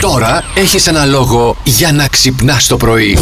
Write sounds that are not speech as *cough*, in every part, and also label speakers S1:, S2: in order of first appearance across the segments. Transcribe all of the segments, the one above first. S1: Τώρα έχεις ένα λόγο για να ξυπνάς το πρωί.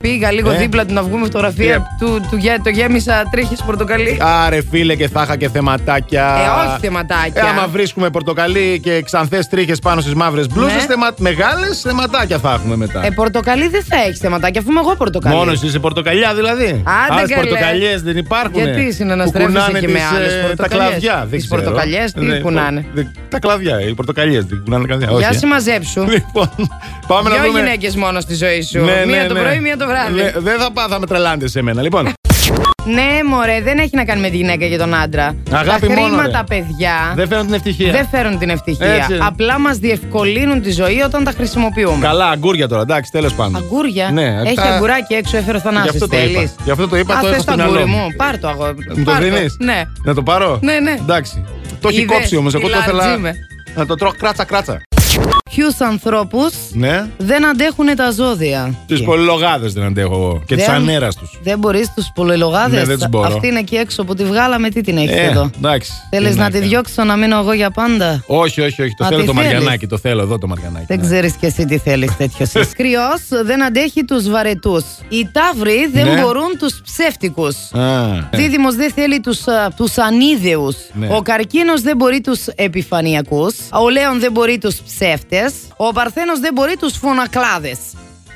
S2: Πήγα λίγο
S3: Ε.
S2: δίπλα του να βγούμε φωτογραφία
S3: Ε.
S2: του, του, γε- το γέμισα τρίχες πορτοκαλί.
S3: Άρε φίλε και θα είχα και θεματάκια.
S2: Ε, όχι θεματάκια.
S3: Ε, άμα βρίσκουμε πορτοκαλί και ξανθές τρίχες πάνω στις μαύρες μπλούζες,
S2: Ναι.
S3: θεμα... μεγάλες θεματάκια θα έχουμε μετά.
S2: Ε, πορτοκαλί δεν θα έχεις θεματάκια, αφού είμαι εγώ πορτοκαλί.
S3: Μόνος εσύ είσαι πορτοκαλιά δηλαδή.
S2: Άντε
S3: Άλλες
S2: καλέ.
S3: πορτοκαλιές δεν υπάρχουν.
S2: Γιατί συναναστρέφεσαι
S3: κουνάνε
S2: εκεί με
S3: τις,
S2: άλλες
S3: ε, Τα
S2: πορτοκαλιές.
S3: κλαδιά. Ναι,
S2: Τις πορτοκαλιές τι κουνάνε.
S3: δε- Τα κλαδιά, οι πορτοκαλιές δεν κουνάνε κανένα.
S2: Για
S3: όχι. ε.
S2: συμμαζέψου.
S3: Λοιπόν, *laughs* πάμε να
S2: Δυο
S3: δούμε.
S2: γυναίκες μόνο στη ζωή σου. μία το πρωί, μία το βράδυ.
S3: Ναι, δεν θα πάω, θα με τρελάνετε σε μένα. Λοιπόν,
S2: Ναι, μωρέ, δεν έχει να κάνει με τη γυναίκα και τον άντρα.
S3: Αγάπη
S2: τα
S3: μόνο,
S2: χρήματα,
S3: ρε.
S2: παιδιά,
S3: δεν φέρνω την ευτυχία.
S2: δεν φέρουν την ευτυχία.
S3: Έτσι.
S2: Απλά μας διευκολύνουν τη ζωή όταν τα χρησιμοποιούμε.
S3: Καλά, αγκούρια τώρα, εντάξει, τέλος πάντων.
S2: Αγκούρια.
S3: Ναι,
S2: έχει
S3: τα-
S2: αγκουράκι έξω, έφερε ο
S3: Γι'
S2: Θανάσης,
S3: αυτό το είπα.
S2: θέλεις?
S3: Γι' αυτό το είπα,
S2: Α,
S3: το
S2: θες
S3: έχω
S2: το
S3: στην
S2: αγγούρι
S3: αλλό.
S2: μου. Πάρ το αγόρι.
S3: Μου το
S2: Πάρ
S3: δίνεις.
S2: Ναι.
S3: Να το πάρω.
S2: Ναι, ναι.
S3: Εντάξει. Το έχει
S2: Είδες,
S3: κόψει όμως. Εγώ το
S2: τι λατζή
S3: ήθελα.
S2: είμαι.
S3: Να το τρώω κράτσα-κράτσα.
S2: Ποιου ανθρώπους
S3: Ναι.
S2: δεν αντέχουν τα ζώδια.
S3: Του
S2: Και-
S3: πολυλογάδες δεν αντέχω εγώ. Και τη
S2: Δεν-
S3: ανέρας τους.
S2: Δεν μπορείς τους πολυλογάδες.
S3: Ναι, δεν τους μπορώ. Ε,
S2: Αυτή είναι εκεί έξω που τη βγάλαμε, τι την έχεις εδώ.
S3: εντάξει.
S2: Θέλει
S3: Τι
S2: να τη
S3: κάνω.
S2: διώξω να μείνω εγώ για πάντα.
S3: Όχι, όχι, όχι. Το
S2: Α,
S3: θέλω
S2: τη
S3: το
S2: θέλεις.
S3: μαριανάκι. Το θέλω εδώ το μαριανάκι.
S2: Δεν
S3: ναι.
S2: ξέρεις κι εσύ τι θέλεις
S3: *laughs*
S2: τέτοιο. Κρυό δεν αντέχει τους βαρετούς. Οι ταύροι δεν
S3: Ναι.
S2: μπορούν τους ψεύτικους.
S3: Α, ναι.
S2: Δίδυμος δεν θέλει τους τους ανίδεους.
S3: Ναι.
S2: Ο καρκίνος δεν μπορεί τους επιφανειακούς. Ο Λέων δεν μπορεί τους ψεύτες. Ο Παρθένο δεν μπορεί τους φωνακλάδες.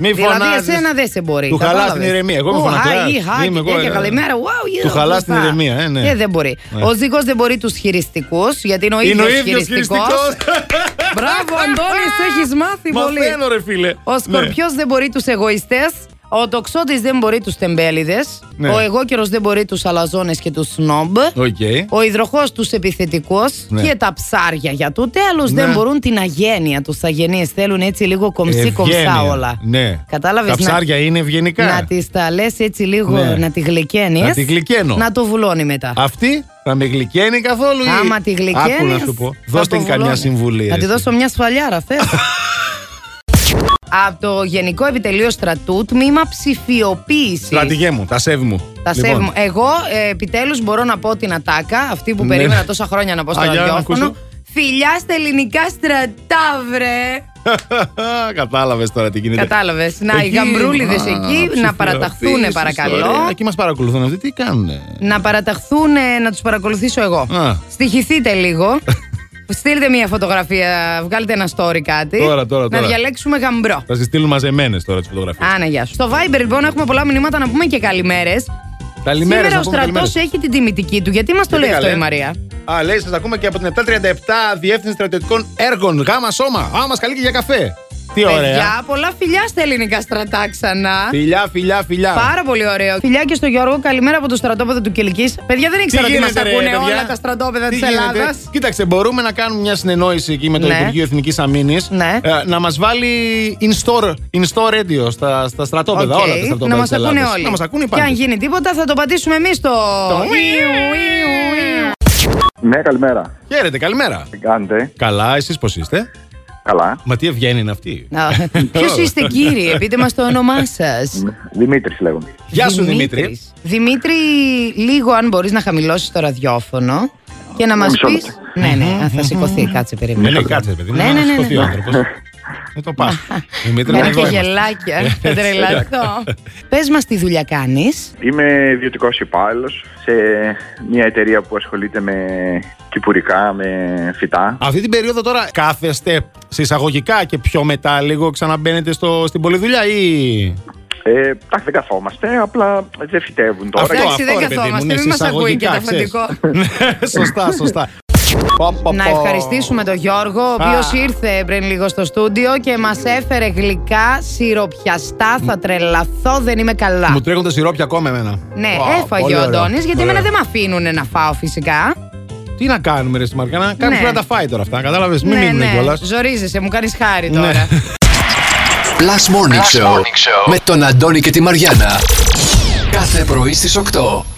S3: Μη
S2: Δηλαδή,
S3: φωνάζεις.
S2: εσένα δεν σε μπορεί.
S3: Του
S2: κατάλαβες.
S3: χαλάς την ηρεμία. Εγώ είμαι
S2: Ου,
S3: φωνακλάς.
S2: χάι, χάι,
S3: Είμαι
S2: και
S3: εγώ,
S2: τέτοια,
S3: ε.
S2: καλημέρα. Wow,
S3: Του
S2: yeah,
S3: χαλάς την
S2: μπροστά.
S3: ηρεμία, ε, ναι.
S2: Ε, δεν μπορεί.
S3: Ναι.
S2: Ο Ζήκος δεν μπορεί τους χειριστικούς, γιατί είναι ο
S3: Είναι
S2: ίδιο
S3: ο ίδιος
S2: χειριστικός.
S3: χειριστικός. *laughs*
S2: Μπράβο, Αντώνης, έχεις μάθει πολύ.
S3: Μαθαίνω, ρε φίλε. Ναι.
S2: Ο Σκορπιός δεν μπορεί τους εγωιστές. Ο τοξότης δεν μπορεί τους τεμπέληδες.
S3: Ναι.
S2: Ο εγώκερος δεν μπορεί τους αλαζόνες και τους σνόμπ.
S3: Ναι. Οκ.
S2: Ο υδροχός τους επιθετικός
S3: Ναι.
S2: και τα ψάρια για το τέλο
S3: Ναι.
S2: δεν μπορούν την αγένεια. Τους αγενείς θέλουν έτσι λίγο κομψή κομψά
S3: Ευγένεια.
S2: όλα.
S3: Ναι.
S2: Κατάλαβες
S3: Τα ψάρια είναι ευγενικά.
S2: να τη τα λες έτσι λίγο,
S3: Ναι.
S2: να τη γλυκένεις.
S3: Να τη γλυκαίνω.
S2: Να το βουλώνει μετά.
S3: Αυτή θα με γλυκαίνει καθόλου. ή-
S2: Άμα τη γλυκένει.
S3: Άκου να σου πω. Δώστε την καμιά συμβουλή.
S2: Να τη
S3: ρε.
S2: δώσω μια σφαλιάρα,
S3: *laughs*
S2: θες. Από το Γενικό Επιτελείο Στρατού, τμήμα ψηφιοποίησης.
S3: Στρατηγέ μου, τα σέβη μου.
S2: Τα
S3: Λοιπόν, *laughs*
S2: σέβομαι. Εγώ ε, επιτέλους μπορώ να πω την ατάκα, αυτή που
S3: Ναι.
S2: περίμενα τόσα χρόνια να πω στο
S3: Α, για να ακούσω.
S2: ραδιόφωνο. Φιλιά στα ελληνικά στρατάβρε.
S3: Κατάλαβες τώρα τι γίνεται.
S2: Κατάλαβες. Να, οι
S3: Εκεί-
S2: γαμπρούλιδες
S3: Α,
S2: εκεί να
S3: ψηφιοποίησης,
S2: παραταχθούν,
S3: ιστορία.
S2: παρακαλώ.
S3: Εκεί μας παρακολουθούν αυτοί, τι κάνουν.
S2: Να παραταχθούν, ε, να τους παρακολουθήσω εγώ.
S3: Α.
S2: Στοιχηθείτε
S3: *laughs*
S2: λίγο. Στείλτε μια φωτογραφία, βγάλτε ένα story κάτι.
S3: Τώρα, τώρα,
S2: Να
S3: τώρα.
S2: διαλέξουμε γαμπρό.
S3: Θα τι στείλουν μαζεμένες τώρα τις φωτογραφίες.
S2: Άνα, γεια σου. Στο Viber λοιπόν έχουμε πολλά μηνύματα να πούμε και καλημέρες.
S3: Καλημέρα.
S2: Σήμερα
S3: να
S2: ο
S3: πούμε
S2: στρατό
S3: καλημέρες.
S2: έχει την τιμητική του. Γιατί μας το
S3: Γιατί
S2: λέει αυτό
S3: καλέ.
S2: η Μαρία.
S3: Α, λέει, σας ακούμε και από την 737 Διεύθυνση Στρατιωτικών Έργων. Γάμα σώμα. Α, μας καλεί και για καφέ. Τι ωραία.
S2: Παιδιά, πολλά φιλιά στα ελληνικά στρατά ξανά.
S3: Φιλιά, φιλιά, φιλιά.
S2: Πάρα πολύ ωραίο. Φιλιά και στο Γιώργο, καλημέρα από το στρατόπεδο του Κυλική. Παιδιά, δεν ήξερα ότι μας
S3: γίνεται, ρε,
S2: ακούνε
S3: παιδιά?
S2: όλα τα στρατόπεδα
S3: Τι
S2: της
S3: γίνεται?
S2: Ελλάδας.
S3: Κοίταξε, μπορούμε να κάνουμε μια συνεννόηση εκεί με το
S2: Ναι.
S3: Υπουργείο Εθνικής Αμήνης.
S2: Ναι.
S3: να μας βάλει in-store, in-store radio στα, στα στρατόπεδα. Όλα τα στρατόπεδα
S2: Να μα
S3: της
S2: ακούνε
S3: Ελλάδας.
S2: όλοι.
S3: Να μας ακούνε
S2: Και αν
S3: πάντα.
S2: γίνει τίποτα, θα το πατήσουμε εμείς το.
S3: Το-
S2: Ιου, ιου, ιου.
S4: Ναι, καλημέρα.
S3: Χαίρετε, καλημέρα.
S4: Τι κάνετε.
S3: Καλά, εσείς πώς είστε.
S4: Καλά.
S3: Μα τι ευγένεια είναι αυτή.
S2: Ποιο είστε κύριε, πείτε μας το όνομά σας.
S4: Δημήτρης λέγομαι.
S3: Γεια σου, Δημήτρης.
S2: Δημήτρη, λίγο αν μπορείς να χαμηλώσεις το ραδιόφωνο και να μας
S4: Μισό
S2: πεις.
S4: λεπτό.
S2: Ναι, ναι, α, θα σηκωθεί, κάτσε
S3: Ναι, ναι,
S2: περίμενα.
S3: κάτσε, παιδί.
S2: Ναι, ναι, ναι, ναι.
S3: ο άνθρωπος. Δεν το πας. Δημήτρη,
S2: Κάνει και
S3: εγώ είμαστε.
S2: γελάκια,
S3: Ε,
S2: Ε, θα τρελαθώ. Πες μας τι δουλειά κάνεις.
S4: Είμαι ιδιωτικός υπάλληλος σε μια εταιρεία που ασχολείται με κυπουρικά, με φυτά.
S3: Αυτή την περίοδο τώρα κάθεστε σε εισαγωγικά και πιο μετά λίγο ξαναμπαίνετε στο, στην πολυδουλειά ή.
S4: Ε, εντάξει, δεν καθόμαστε, απλά δεν φυτεύουν τώρα.
S3: Αυτό,
S2: Εντάξει, δεν
S3: ρε παιδί μου,
S2: καθόμαστε, μην
S3: είναι σε
S2: μας ακούει και
S3: εισαγωγικά,
S2: το
S3: ξέρεις.
S2: αφεντικό.
S3: *laughs* Ναι, σωστά, σωστά.
S2: Να ευχαριστήσουμε τον Γιώργο, ο οποίος ήρθε πριν λίγο στο στούντιο και μας έφερε γλυκά, σιροπιαστά. Θα τρελαθώ, δεν είμαι καλά.
S3: Μου τρέχουν τα σιρόπια ακόμα εμένα.
S2: Ναι,
S3: Ω,
S2: έφαγε
S3: πολύ
S2: ο
S3: ωραίο.
S2: Αντώνης, γιατί
S3: Ωραίο.
S2: εμένα δεν με αφήνουν να φάω φυσικά.
S3: Τι να κάνουμε, Ρε Σιμαρκάνα, κάποιο
S2: Ναι.
S3: πρέπει να τα φάει τώρα αυτά. Κατάλαβες, μην Ναι.
S2: ναι,
S3: μείνουμε
S2: ναι.
S3: κιόλας.
S2: Ζορίζεσαι, μου κάνεις χάρη τώρα.
S1: Plus Morning, Show, με τον Αντώνη και τη Μαριάνα. Κάθε πρωί στις 8.